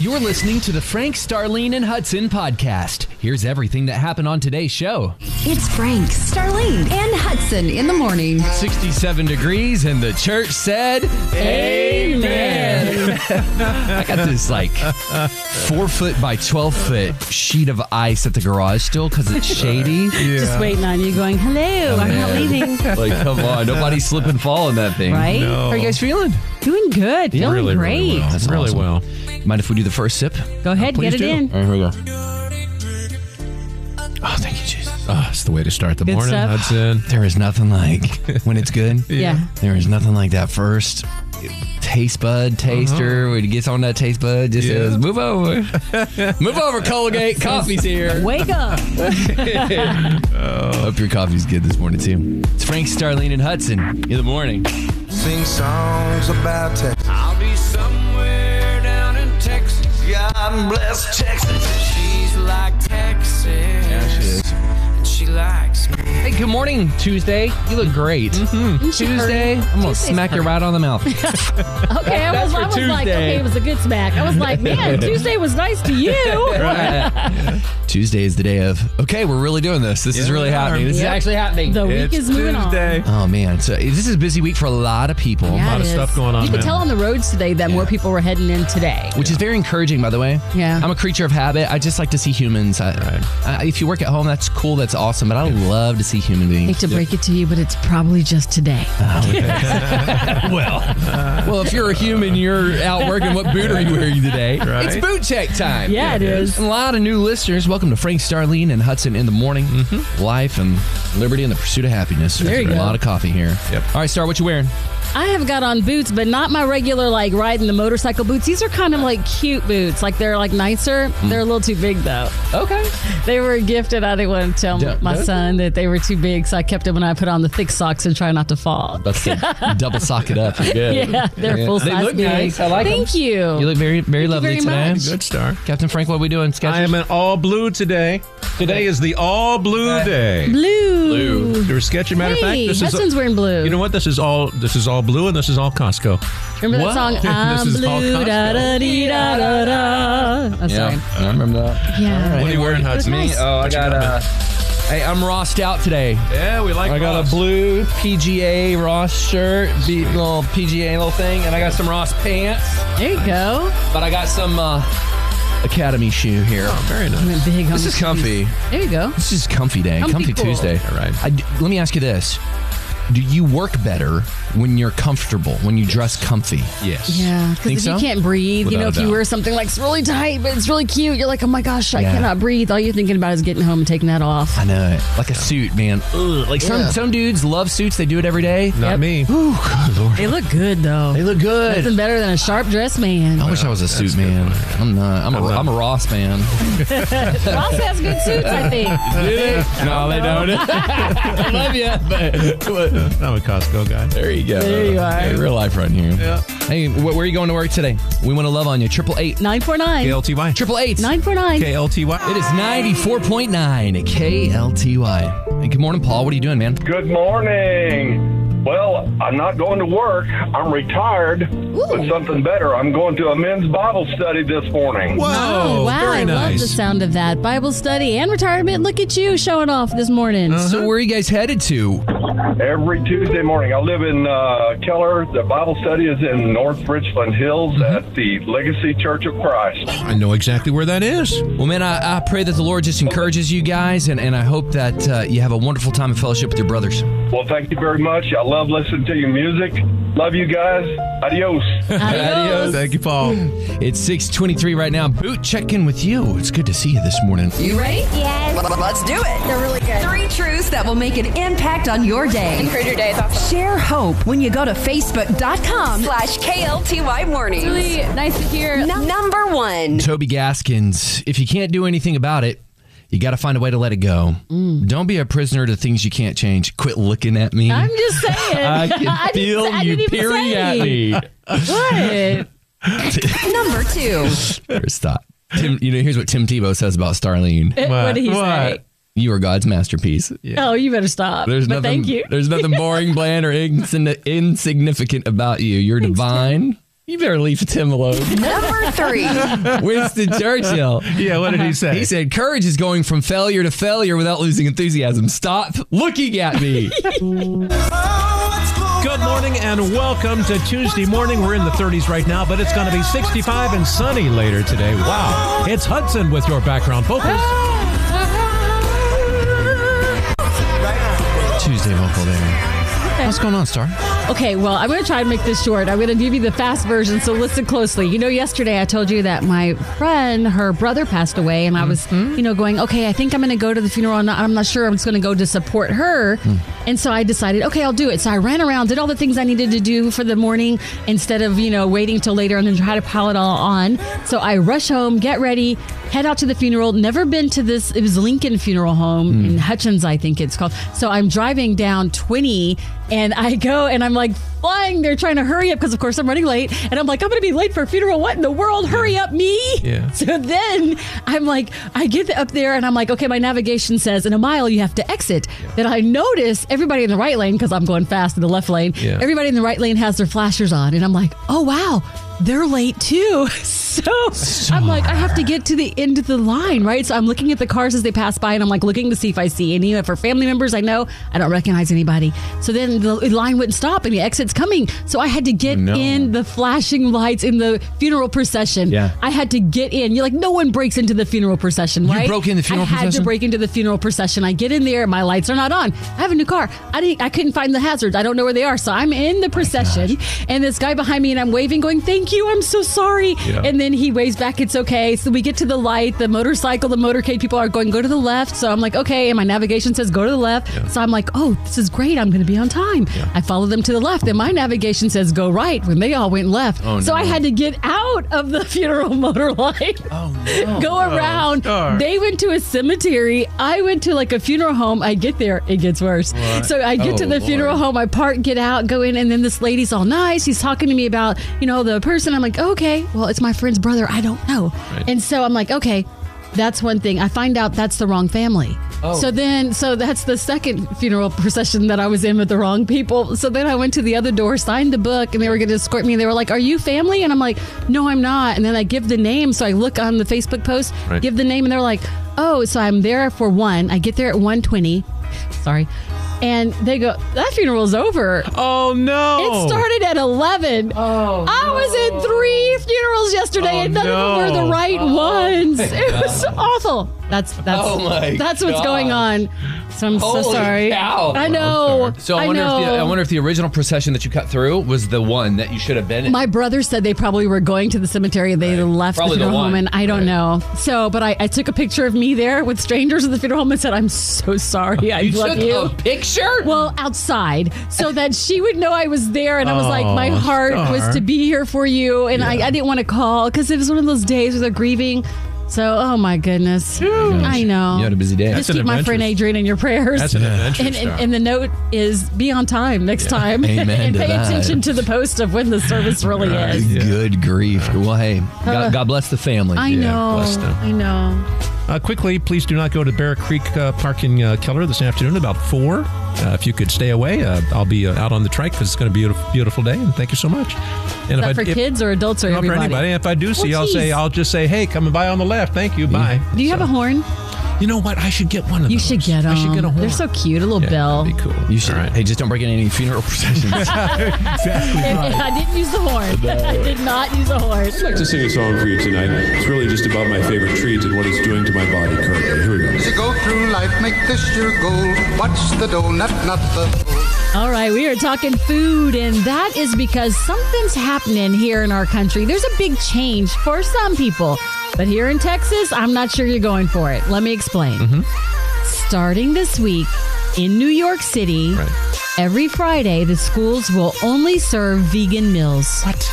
You're listening to the Frank, Starlene, and Hudson podcast. Here's everything that happened on today's show It's Frank, Starlene, and Hudson in the morning. 67 degrees, and the church said, Amen. I got this like four foot by 12 foot sheet of ice at the garage still because it's shady. Just waiting on you going, hello, I'm not leaving. Like, come on, nobody slip and fall in that thing. Right? How are you guys feeling? Doing good. Feeling Really, great. really well. That's really awesome. well. Mind if we do the first sip? Go ahead, get it in. All right, here we go. Oh, thank you, Jesus. Ah, it's the way to start the Good morning. stuff. That's Hudson. There is nothing like when it's good. Yeah. There is nothing like that first taste bud taster when it gets on that taste bud just Uh-huh. Yeah. says move over move over colgate coffee's here Wake up. hope your coffee's good this morning too it's frank starling and hudson in the morning sing songs about Texas. I'll be somewhere down in Texas. God bless Texas. She's like Texas. And she likes me. hey good morning tuesday you look great Mm-hmm. tuesday i'm gonna smack you right on the mouth Okay, I was, I was like, Tuesday. okay, it was a good smack. I was like, man, Tuesday was nice to you. tuesday is the day of okay we're really doing this this is Yeah, really we are. happening this is Yep. actually happening The week is moving on. oh man so this is a busy week for a lot of people Yeah, A lot it of is. stuff going on, You could man. tell on the roads today that more people were heading in today. which is very encouraging, by the way. Yeah. I'm a creature of habit. I just like to see humans. I, I, if you work at home, that's cool. That's awesome. But I love to see human I beings. hate to break it to you, but it's probably just today. well, if you're a human, you're out working. What boot are you wearing today? Right. It's boot check time. yeah, it is. A lot of new listeners. Welcome to Frank Starlene and Hudson in the morning. Life and liberty and the pursuit of happiness. There you a go. lot of coffee here. Yep. All right, Star, what you wearing? I have got on boots, but not my regular like riding the motorcycle boots. These are kind of like cute boots. Like they're like nicer. Mm. They're a little too big though. Okay. They were gifted. I didn't want to tell Yeah, my no. son that they were too big, so I kept them when I put on the thick socks and try not to fall. Let's double sock it up. You're good. Yeah, they're full They size. look nice. I like 'em. Thank you. You look very, very lovely very today. much. Good star. Captain Frank, what are we doing? Sketches? I am in all blue today. Today is the all blue day. blue. You're sketchy. Matter of fact, Hey, this is. Hudson's wearing blue. you know what? This is all. This is all blue, and this is all Costco. Remember Whoa. that song? This I'm is all blue. Costco. Da da dee, da da da. I'm sorry. I remember that. Yeah. All right. What are you wearing, That's Hudson? nice. Oh, I What you got got, a. Hey, I'm Rossed out today. Yeah, we like. I got a Ross. blue PGA Ross shirt, be, little PGA little thing, and I got some Ross pants. There you go. But I got some uh, Academy shoe here. Oh, very nice. Went big on This the is comfy. shoes. There you go. This is comfy day, Comfy comfy cool. Tuesday. All right. I d let me ask you this: Do you work better when you're comfortable? When you dress comfy? Yes. Yeah, Think because if so? you can't breathe, you Without know, a if you doubt. wear something like it's really tight but it's really cute, you're like, oh my gosh, I Yeah. cannot breathe. All you're thinking about is getting home and taking that off. I know it. Like a suit, man. Ugh. Like some some dudes love suits. They do it every day. Not Yep. me. Ooh, good lord. They look good though. They look good. Nothing better than a sharp dress man. I wish I was a suit man. I'm not. I'm a, I'm a Ross man. Ross has good suits, I think. No, they don't. I love you. But I'm a Costco guy. there you go. There you are. Hey, real life right here. Yeah. Hey, wh- where are you going to work today? We want to love on you. Triple eight. 949. KLTY. Triple eight. 949. KLTY. It is 94.9 at KLTY. Hey, good morning, Paul. What are you doing, man? Good morning. Well, I'm not going to work. I'm retired, but something better. I'm going to a men's Bible study this morning. Whoa. Oh, wow. Very I love the nice. sound of that. Bible study and retirement. Look at you showing off this morning. So, where are you guys headed to? Every Tuesday morning, I live in uh, Keller. The Bible study is in North Richland Hills at the Legacy Church of Christ. I know exactly where that is. Well, man, I, I pray that the Lord just encourages you guys, and, and I hope that uh, you have a wonderful time of fellowship with your brothers. Well, thank you very much. I love listening to your music. Love you guys. Adios. Adios. Thank you, Paul. It's 623 right now. Boot checking with you. It's good to see you this morning. You ready? Yes. Let's do it. They're really good. Three truths that will make an impact on your day. Improve your day. Share hope when you go to facebook.com slash KLTY mornings. Really nice to hear. Num- Number one. Toby Gaskins, if you can't do anything about it, you got to find a way to let it go. Mm. Don't be a prisoner to things you can't change. Quit looking at me. I'm just saying. I can didn't feel say- I you didn't even peering say. at me. What? Number two. First thought. Tim, you know, here's what Tim Tebow says about Starlene. What, did he say? What? You are God's masterpiece. Oh, you better stop. There's but nothing. thank you. There's nothing boring, bland, or insin- insignificant about you. You're divine, You better leave Tim alone. Number three. Winston Churchill. Yeah, what did he say? He said, courage is going from failure to failure without losing enthusiasm. Stop looking at me. Good morning and welcome to Tuesday morning. We're in the 30s right now, but it's going to be 65 and sunny later today. Wow. It's Hudson with your background vocals. Tuesday vocal there. What's going on, Star? Okay, well, I'm going to try and make this short. I'm going to give you the fast version, so listen closely. You know, yesterday I told you that my friend, her brother passed away, and I was, you know, going, okay, I think I'm going to go to the funeral. I'm not, I'm not sure. I'm just going to go to support her. And so I decided, okay, I'll do it. So I ran around, did all the things I needed to do for the morning instead of, you know, waiting till later and then try to pile it all on. So I rush home, get ready, head out to the funeral. Never been to this. It was Lincoln Funeral Home Hmm. in Hutchins, I think it's called. So I'm driving down 20 and I go and I'm like flying. They're trying to hurry up because, of course, I'm running late. And I'm like, I'm going to be late for a funeral. What in the world? Hurry up, me. Yeah. So then I'm like, I get up there and I'm like, okay, my navigation says in a mile you have to exit. Then I notice everybody in the right lane because I'm going fast in the left lane. Yeah. Everybody in the right lane has their flashers on. And I'm like, oh, wow. They're late too. So I'm like, I have to get to the end of the line, right? So I'm looking at the cars as they pass by and I'm like looking to see if I see any of her family members I know. I don't recognize anybody. So then the line wouldn't stop and the exit's coming. So I had to get No. in the flashing lights in the funeral procession. Yeah. I had to get in. You're like, no one breaks into the funeral procession, right? broke in the funeral I had procession? to break into the funeral procession. I get in there, my lights are not on. I have a new car. I didn't I couldn't find the hazards. I don't know where they are. So I'm in the procession and this guy behind me and I'm waving, going, Thank you, I'm so sorry. Yeah. And then he waves back, it's okay. So we get to the light, the motorcycle, the motorcade people are going, go to the left. So I'm like, okay, and my navigation says go to the left. So I'm like, oh, this is great. I'm gonna be on time. I follow them to the left, and my navigation says go right when they all went left. Oh, so no. Oh, I had to get out of the funeral motor line. go around. Star. They went to a cemetery. I went to like a funeral home. I get there, it gets worse. So I get to Oh, the Lord. funeral home, I park, get out, go in, and then this lady's all nice. He's talking to me about, you know, the person. I'm like, okay, well, it's my friend's brother. I don't know. And so I'm like, okay. That's one thing. I find out that's the wrong family. So then, so that's the second funeral procession that I was in with the wrong people. So then I went to the other door, signed the book, and they were going to escort me. They were like, "Are you family?" And I'm like, "No, I'm not." And then I give the name. So I look on the Facebook post, Right. give the name, and they're like, "Oh, so I'm there for one. I get there at 1:20. Sorry." And they go, "That funeral's over." Oh, no. It started at 11. Oh, I was at three funerals yesterday, Oh, and none no. of them were the right ones. It was awful. That's that's Oh, my that's what's gosh. going on. So I'm so Holy sorry. cow. I know. So I wonder, know. If the, I wonder if the original procession that you cut through was the one that you should have been in. my brother said they probably were going to the cemetery. They left Probably the the funeral home, one. and I don't Right. know. So, but I, I took a picture of me there with strangers at the funeral home and said, "I'm so sorry. I you love took you." a picture? Well, outside, so that she would know I was there, and I was like, my Oh, heart was Star. to be here for you, and I, I didn't want to call because it was one of those days where they're grieving. So, oh my goodness, I know. You had a busy day. Just That's an keep my adventure. friend Adrian in your prayers. That's an adventure, and, and, Star. and the note is be on time next time, Amen and to pay that. attention to the post of when the service really is. Uh, Good grief. Well, hey, God, God bless the family. I know, bless them. I know. Uh, quickly, please do not go to Bear Creek uh, Park in uh, Keller this afternoon about 4. Uh, if you could stay away, uh, I'll be uh, out on the trike because it's going to be a beautiful, beautiful day, and thank you so much. And Is that for if, kids or adults or not for everybody? anybody. If I do see, Well, I'll say geez. I'll just say, "Hey, come by on the left. Thank you. Bye." Do you have a horn? You know what? I should get one of You those. should get them. I should get a horn. They're so cute, a little yeah, bell. That'd be cool. You should. All right. Hey, just don't break in any funeral processions. And- and I didn't use the horn. I did not use a horn. I'd like to sing a song for you tonight. It's really just about my favorite trees and what it's doing to my body currently. Here we go. As you go through life, make this your goal. Watch the donut, not the hole. All right, we are talking food, and that is because something's happening here in our country. There's a big change for some people, but here in Texas, I'm not sure you're going for it. Let me explain. Mm-hmm. Starting this week in New York City, Right. every Friday, the schools will only serve vegan meals. What?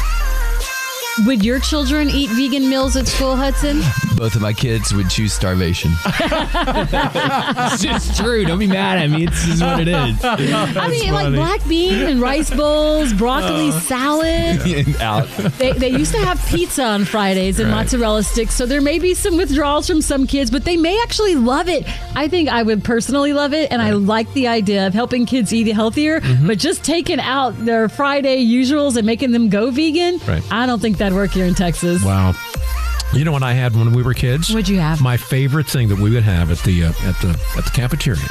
Would your children eat vegan meals at school, Hudson? both of my kids would choose starvation. it's just true. Don't be mad at me. It's just what it is. I mean, like black bean and rice bowls, broccoli Uh, salad. Out. They, they used to have pizza on Fridays and Right. mozzarella sticks, so there may be some withdrawals from some kids, but they may actually love it. I think I would personally love it, and I like the idea of helping kids eat healthier, Mm-hmm. but just taking out their Friday usuals and making them go vegan, Right. I don't think that'd work here in Texas. Wow. You know what I had when we were kids? What'd you have? My favorite thing that we would have at the uh, at the at the cafeteria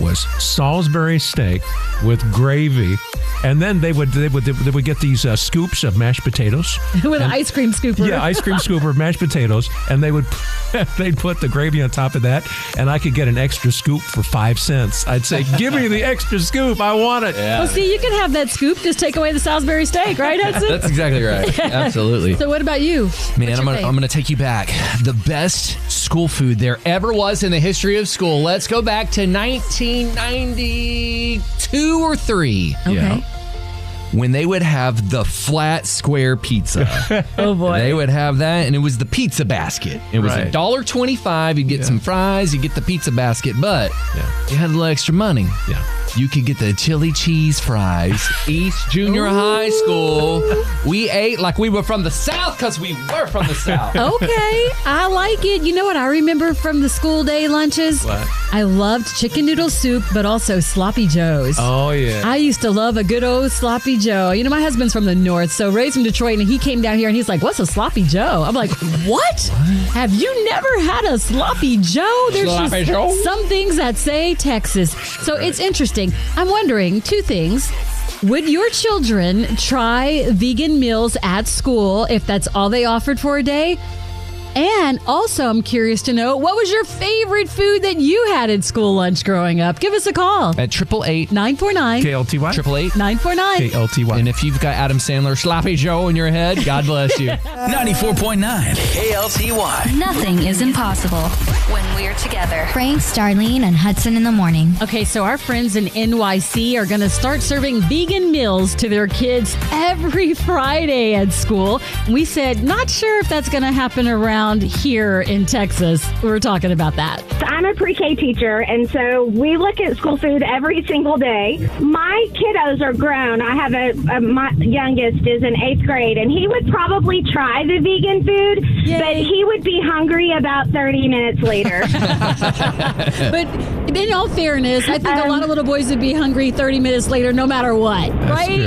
was Salisbury steak with gravy, and then they would they would they would get these uh, scoops of mashed potatoes. With an ice cream scooper. Yeah, ice cream scooper of mashed potatoes, and they would they'd put the gravy on top of that, and I could get an extra scoop for five cents. I'd say, "Give me the extra scoop, I want it." Well, Oh, see, you can have that scoop. Just take away the Salisbury steak, right, Hudson? That's exactly right. Absolutely. so, what about you? Man, I'm gonna, I'm gonna take you back. The best school food there ever was in the history of school. Let's go back to 1992 or three Okay. when they would have the flat square pizza. Oh boy. they would have that, and it was the pizza basket. It was a Right. dollar twenty-five. You get some fries, you get the pizza basket, but Yeah. you had a little extra money. Yeah. You could get the chili cheese fries. East Junior High School. We ate like we were from the South because we were from the South. okay, I like it. You know what I remember from the school day lunches? What? I loved chicken noodle soup, but also sloppy joes. Oh yeah. I used to love a good old sloppy joe. You know, my husband's from the north, so raised in Detroit, and he came down here and he's like, "What's a sloppy joe?" I'm like, "What? Have you never had a sloppy joe?" There's Sloppy just Joe? some things that say Texas, so it's interesting. I'm wondering two things. Would your children try vegan meals at school if that's all they offered for a day? And also, I'm curious to know what was your favorite food that you had at school lunch growing up? Give us a call. At triple eight, 949 KLTY. triple eight. 949. KLTY. And if you've got Adam Sandler, Sloppy Joe in your head, God bless you. 94.9 KLTY. Nothing is impossible. When we're together. Frank, Starlene, and Hudson in the morning. Okay, so our friends in NYC are going to start serving vegan meals to their kids every Friday at school. We said, not sure if that's going to happen around here in Texas. We were talking about that. I'm a pre K teacher, and so we look at school food every single day. My kiddos are grown. I have a, a my youngest is in eighth grade, and he would probably try the vegan food, Yay. but he would be hungry about 30 minutes later. But in all fairness, I think a lot of little boys would be hungry 30 minutes later, no matter what, That's right?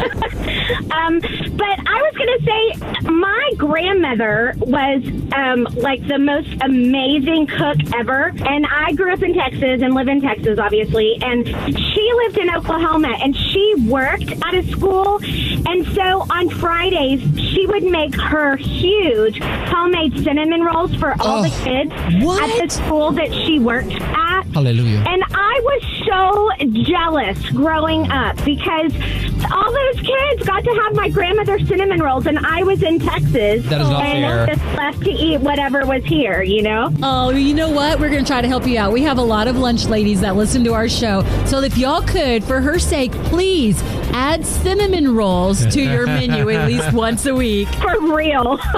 true. Um, but I was going to say, my grandmother was um, like the most amazing cook ever. And I grew up in Texas and live in Texas, obviously. And she lived in Oklahoma and she worked at a school. And so on Fridays, she would make her huge homemade cinnamon rolls for all the Oh, kids what? at the school that she worked at. Hallelujah. And I was so jealous growing up because all those kids got to have my grandmother's cinnamon rolls, and I was in Texas. That is not and fair. I just left to eat whatever was here, you know? Oh, you know what? We're going to try to help you out. We have a lot of lunch ladies that listen to our show. So if y'all could, for her sake, please add cinnamon rolls to your menu at least once a week. For real.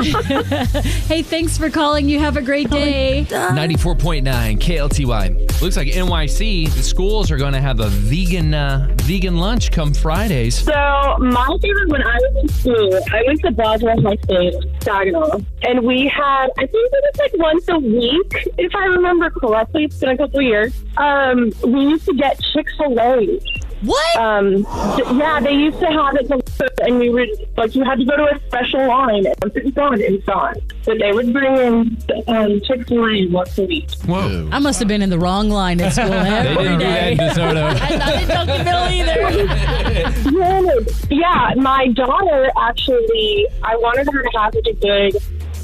Hey, thanks for calling. You have a great day. 94.9 KLTY. Looks like NYC, the schools are going to have a vegan uh, vegan lunch come Fridays. So my favorite when I was in school, I went to Boswell High State Saginaw, and we had I think it was like once a week, if I remember correctly. It's been a couple years. Um, we used to get Chick Fil A. What? Um, th- yeah, they used to have it, delivered, and we would like you had to go to a special line, and once it gone, it's gone. So they would bring in um, Chick Fil A once a week. Whoa. I must have been in the wrong line at school every day. DeSoto. I'm not in Duncanville either. Yes. Yeah, my daughter actually, I wanted her to have such a good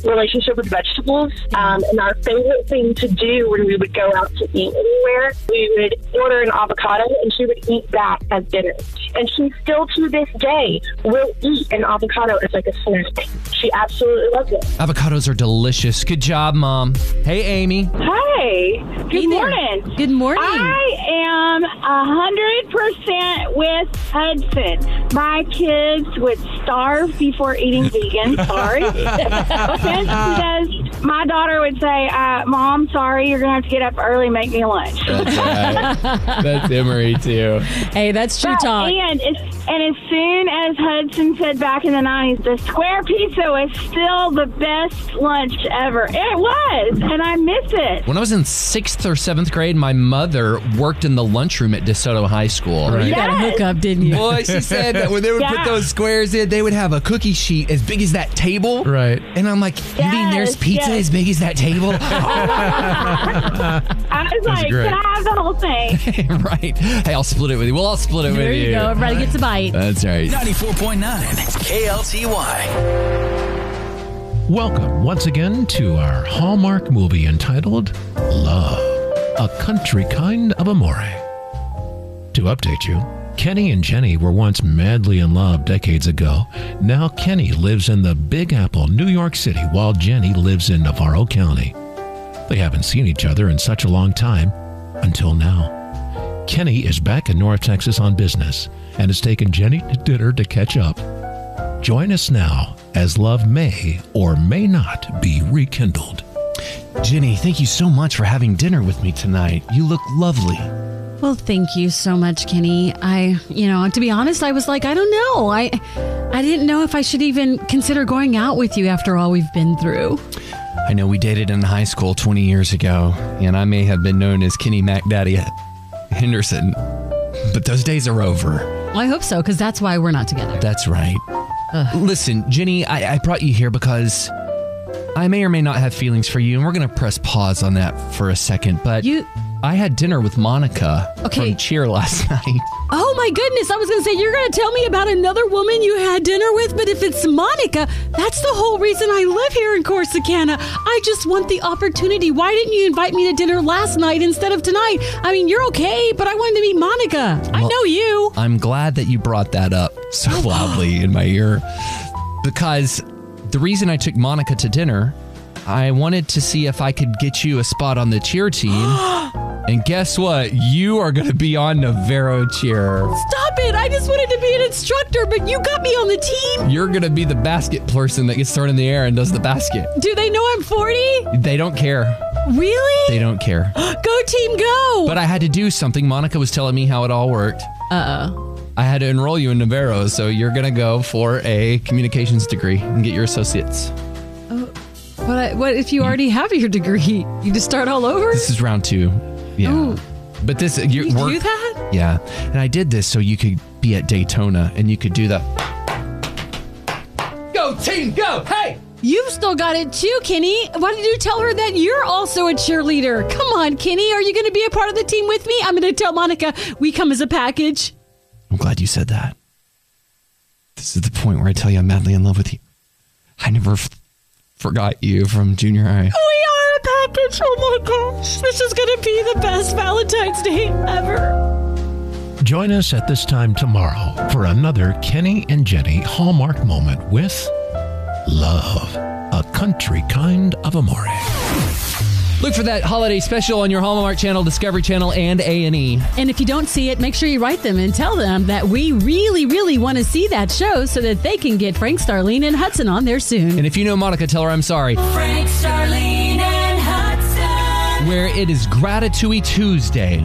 relationship with vegetables. Um, and our favorite thing to do when we would go out to eat anywhere, we would order an avocado and she would eat that as dinner. And she still to this day will eat an avocado as like a snack. She absolutely loves it. Avocados are delicious. Good job, Mom. Hey, Amy. Hey, good Hey there. Good morning. am a 100% with Hudson. My kids would starve before eating vegan. Sorry. Offense to those my daughter would say, uh, "Mom, sorry, you're gonna have to get up early, and make me lunch." That's Emery too. Hey, that's true talk. And as, and as soon as Hudson said back in the nineties, the square pizza was still the best lunch ever. It was, and I miss it. When I was in sixth or seventh grade, my mother worked in the lunchroom at DeSoto High School. You got a hookup, didn't you? Boy, she said that when they would put those squares in, they would have a cookie sheet as big as that table. Right. And I'm like, you mean there's pizza as big as that table? I was That's like, great. "Can I have the whole thing?" right. Hey, I'll split it with you. We'll all split it There with you. you go. Everybody gets a bite. That's right. 94.9 KLTY. Welcome once again to our Hallmark movie entitled Love, a Country Kind of Amore. To update you, Kenny and Jenny were once madly in love decades ago. Now Kenny lives in the Big Apple, New York City, while Jenny lives in Navarro County. They haven't seen each other in such a long time until now. Kenny is back in North Texas on business and has taken Jenny to dinner to catch up. Join us now as love may or may not be rekindled. Jenny, thank you so much for having dinner with me tonight. You look lovely. Well, thank you so much, Kenny. I, you know, to be honest, I was like, I don't know. I I didn't know if I should even consider going out with you after all we've been through. I know we dated in high school 20 years ago, and I may have been known as Kenny MacDaddy Henderson, but those days are over. Well, I hope so cuz that's why we're not together. That's right. Listen, Jenny, I, I brought you here because I may or may not have feelings for you, and we're going to press pause on that for a second, but you. I had dinner with Monica Okay. from Cheer last night. Oh my goodness, I was going to say you're going to tell me about another woman you had dinner with, but if it's Monica, that's the whole reason I live here in Corsicana. I just want the opportunity. Why didn't you invite me to dinner last night instead of tonight? I mean, you're okay, but I wanted to meet Monica. I Well- know you. I'm glad that you brought that up so loudly in my ear because the reason I took Monica to dinner, I wanted to see if I could get you a spot on the cheer team. and guess what? You are going to be on Navarro cheer. Stop it. I just wanted to be an instructor, but you got me on the team. You're going to be the basket person that gets thrown in the air and does the basket. Do they know I'm 40? They don't care. Really? They don't care. Go team go. But I had to do something. Monica was telling me how it all worked. Uh-oh. I had to enroll you in Navarro, so you're going to go for a communications degree and get your associates. But I, what if you already have your degree? You just start all over? This is round two. Yeah. Ooh. But this, you You do that? Yeah. And I did this so you could be at Daytona and you could do the. Go team, go! Hey! You've still got it too, Kenny. Why don't you tell her that you're also a cheerleader? Come on, Kenny. Are you going to be a part of the team with me? I'm going to tell Monica we come as a package. I'm glad you said that. This is the point where I tell you I'm madly in love with you. I never f- forgot you from junior high. We are a package. Oh my gosh. This is going to be the best Valentine's Day ever. Join us at this time tomorrow for another Kenny and Jenny Hallmark moment with Love, a country kind of amore. Look for that holiday special on your Hallmark Channel, Discovery Channel, and A&E. And if you don't see it, make sure you write them and tell them that we really, really want to see that show so that they can get Frank, Starlene, and Hudson on there soon. And if you know Monica, tell her I'm sorry. Frank, Starlene, and Hudson. Where it is Gratitude Tuesday.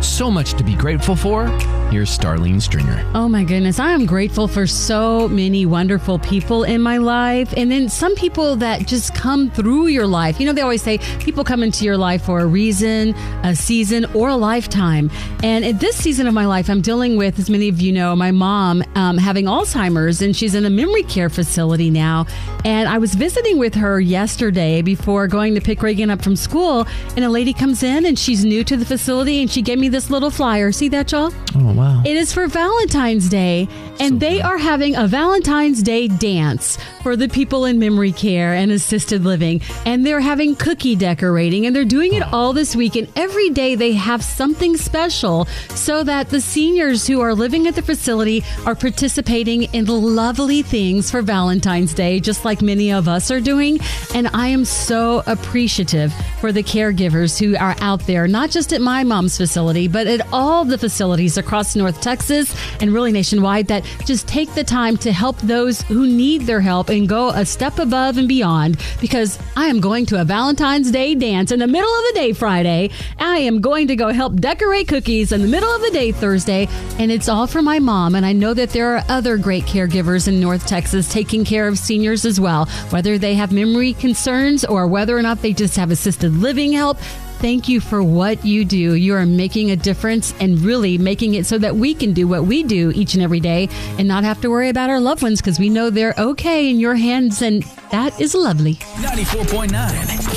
So much to be grateful for. Here's Starlene Stringer. Oh my goodness, I am grateful for so many wonderful people in my life. And then some people that just come through your life. You know, they always say people come into your life for a reason, a season, or a lifetime. And at this season of my life, I'm dealing with, as many of you know, my mom um, having Alzheimer's and she's in a memory care facility now. And I was visiting with her yesterday before going to pick Reagan up from school. And a lady comes in and she's new to the facility and she gave me this little flyer. See that, y'all? Oh, wow. It is for Valentine's Day, and they are having a Valentine's Day dance for the people in memory care and assisted living. And they're having cookie decorating, and they're doing it all this week. And every day they have something special so that the seniors who are living at the facility are participating in lovely things for Valentine's Day, just like many of us are doing. And I am so appreciative for the caregivers who are out there, not just at my mom's facility, but at all the facilities across across North Texas and really nationwide that just take the time to help those who need their help and go a step above and beyond because I am going to a Valentine's Day dance in the middle of the day Friday. I am going to go help decorate cookies in the middle of the day Thursday. And it's all for my mom. And I know that there are other great caregivers in North Texas taking care of seniors as well, whether they have memory concerns or whether or not they just have assisted living help. Thank you for what you do. You are making a difference and really making it so that we can do what we do each and every day and not have to worry about our loved ones because we know they're okay in your hands. And that is lovely. 94.9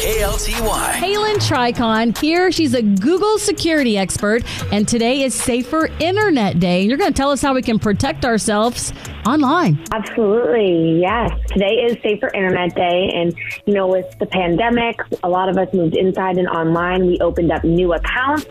KLTY. Halen Tricon here. She's a Google security expert, and today is Safer Internet Day. And you're going to tell us how we can protect ourselves online. Absolutely, yes. Today is Safer Internet Day, and you know, with the pandemic, a lot of us moved inside and online. We opened up new accounts,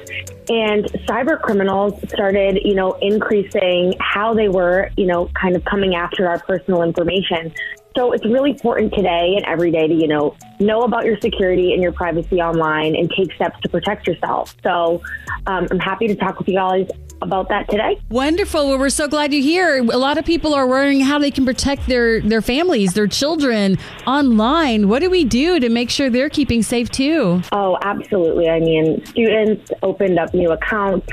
and cyber criminals started, you know, increasing how they were, you know, kind of coming after our personal information. So it's really important today and every day to, you know, know about your security and your privacy online and take steps to protect yourself. So um, I'm happy to talk with you guys about that today. Wonderful. Well, we're so glad you're here. A lot of people are worrying how they can protect their, their families, their children online. What do we do to make sure they're keeping safe too? Oh, absolutely. I mean, students opened up new accounts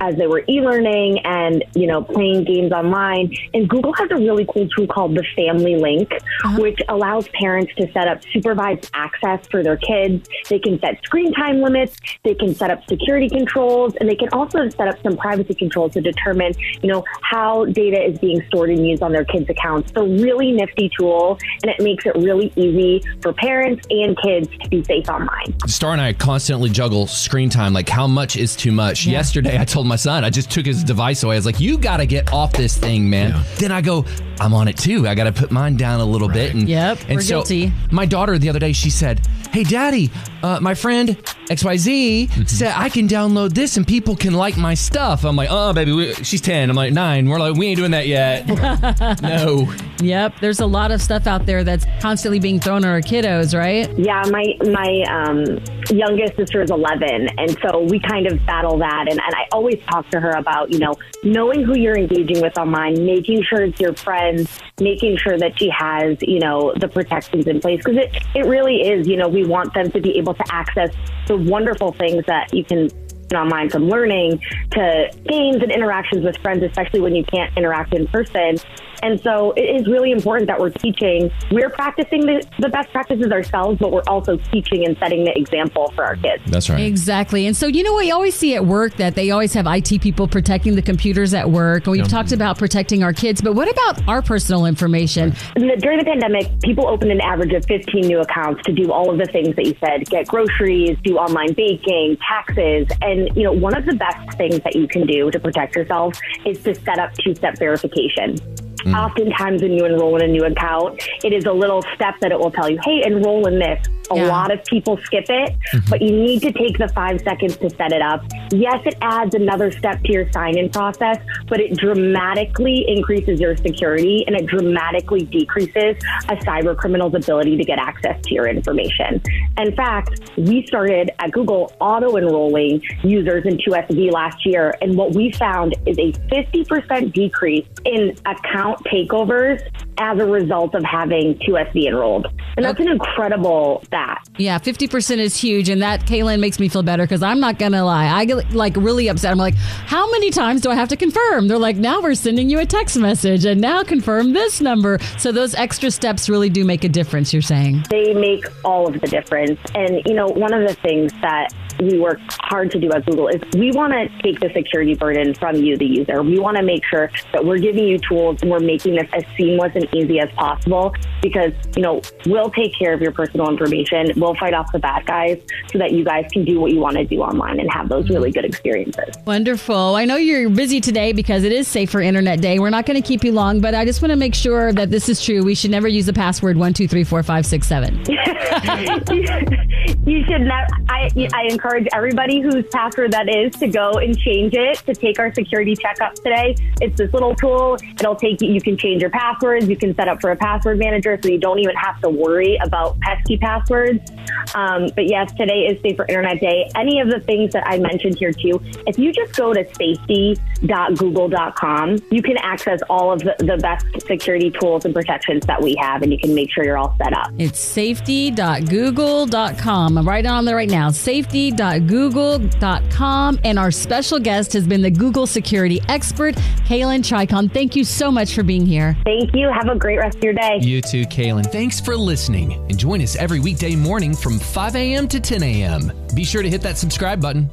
as they were e-learning and you know playing games online and google has a really cool tool called the family link which allows parents to set up supervised access for their kids they can set screen time limits they can set up security controls and they can also set up some privacy controls to determine you know how data is being stored and used on their kids accounts so really nifty tool and it makes it really easy for parents and kids to be safe online Star and I constantly juggle screen time. Like, how much is too much? Yesterday, I told my son, I just took his device away. I was like, you got to get off this thing, man. Then I go, I'm on it too. I got to put mine down a little bit. And, Yep, and we're so guilty. My daughter the other day, she said, Hey, daddy, uh, my friend XYZ Mm-hmm. said I can download this and people can like my stuff. I'm like, Oh, baby, we, she's 10. I'm like, Nine. We're like, We ain't doing that yet. no. Yep, there's a lot of stuff out there that's constantly being thrown at our kiddos, right? Yeah, my my um, youngest sister is 11, and so we kind of battle that. And, and I always talk to her about you know knowing who you're engaging with online, making sure it's your friends, making sure that she has you know the protections in place because it it really is you know we want them to be able to access the wonderful things that you can. do Online from learning to games and interactions with friends, especially when you can't interact in person. And so it is really important that we're teaching. We're practicing the, the best practices ourselves, but we're also teaching and setting the example for our kids. That's Exactly. And so, you know, we always see at work that they always have IT people protecting the computers at work. And we've Yeah. talked about protecting our kids, but what about our personal information? And the- During the pandemic, people opened an average of 15 new accounts to do all of the things that you said get groceries, do online baking, taxes. And, you know, one of the best things that you can do to protect yourself is to set up two step verification. Oftentimes, when you enroll in a new account, it is a little step that it will tell you, hey, enroll in this. A lot of people skip it, but you need to take the five seconds to set it up. Yes, it adds another step to your sign in process, but it dramatically increases your security and it dramatically decreases a cyber criminal's ability to get access to your information. In fact, we started at Google auto enrolling users in 2SV last year, and what we found is a 50% decrease in account takeovers as a result of having 2SV enrolled. And that's an incredible stat. Yeah, 50% is huge. And that, Kaylin, makes me feel better because I'm not going to lie. I get like really upset. I'm like, how many times do I have to confirm? They're like, now we're sending you a text message and now confirm this number. So those extra steps really do make a difference, you're saying. They make all of the difference. And, you know, one of the things that we work hard to do at Google is we want to take the security burden from you, the user. We want to make sure that we're giving you tools and we're making this as seamless and easy as possible because, you know, we'll take care of your personal information. We'll fight off the bad guys so that you guys can do what you want to do online and have those really good experiences. Wonderful. I know you're busy today because it is Safer Internet Day. We're not going to keep you long, but I just want to make sure that this is true. We should never use the password 12345567. you should never. I, I encourage everybody whose password that is to go and change it to take our security checkup today. It's this little tool. It'll take you. You can change your passwords. You can set up for a password manager, so you don't even have to worry about pesky passwords. Um, but yes, today is Safer Internet Day. Any of the things that I mentioned here too. If you just go to safety.google.com, you can access all of the, the best security tools and protections that we have, and you can make sure you're all set up. It's safety.google.com. I'm right on there right now. Safety.google.com. And our special guest has been the Google security expert, Kaylin Chicon. Thank you so much for being here. Thank you. Have a great rest of your day. You too, Kaylin. Thanks for listening. And join us every weekday morning from 5 a.m. to 10 a.m. Be sure to hit that subscribe button.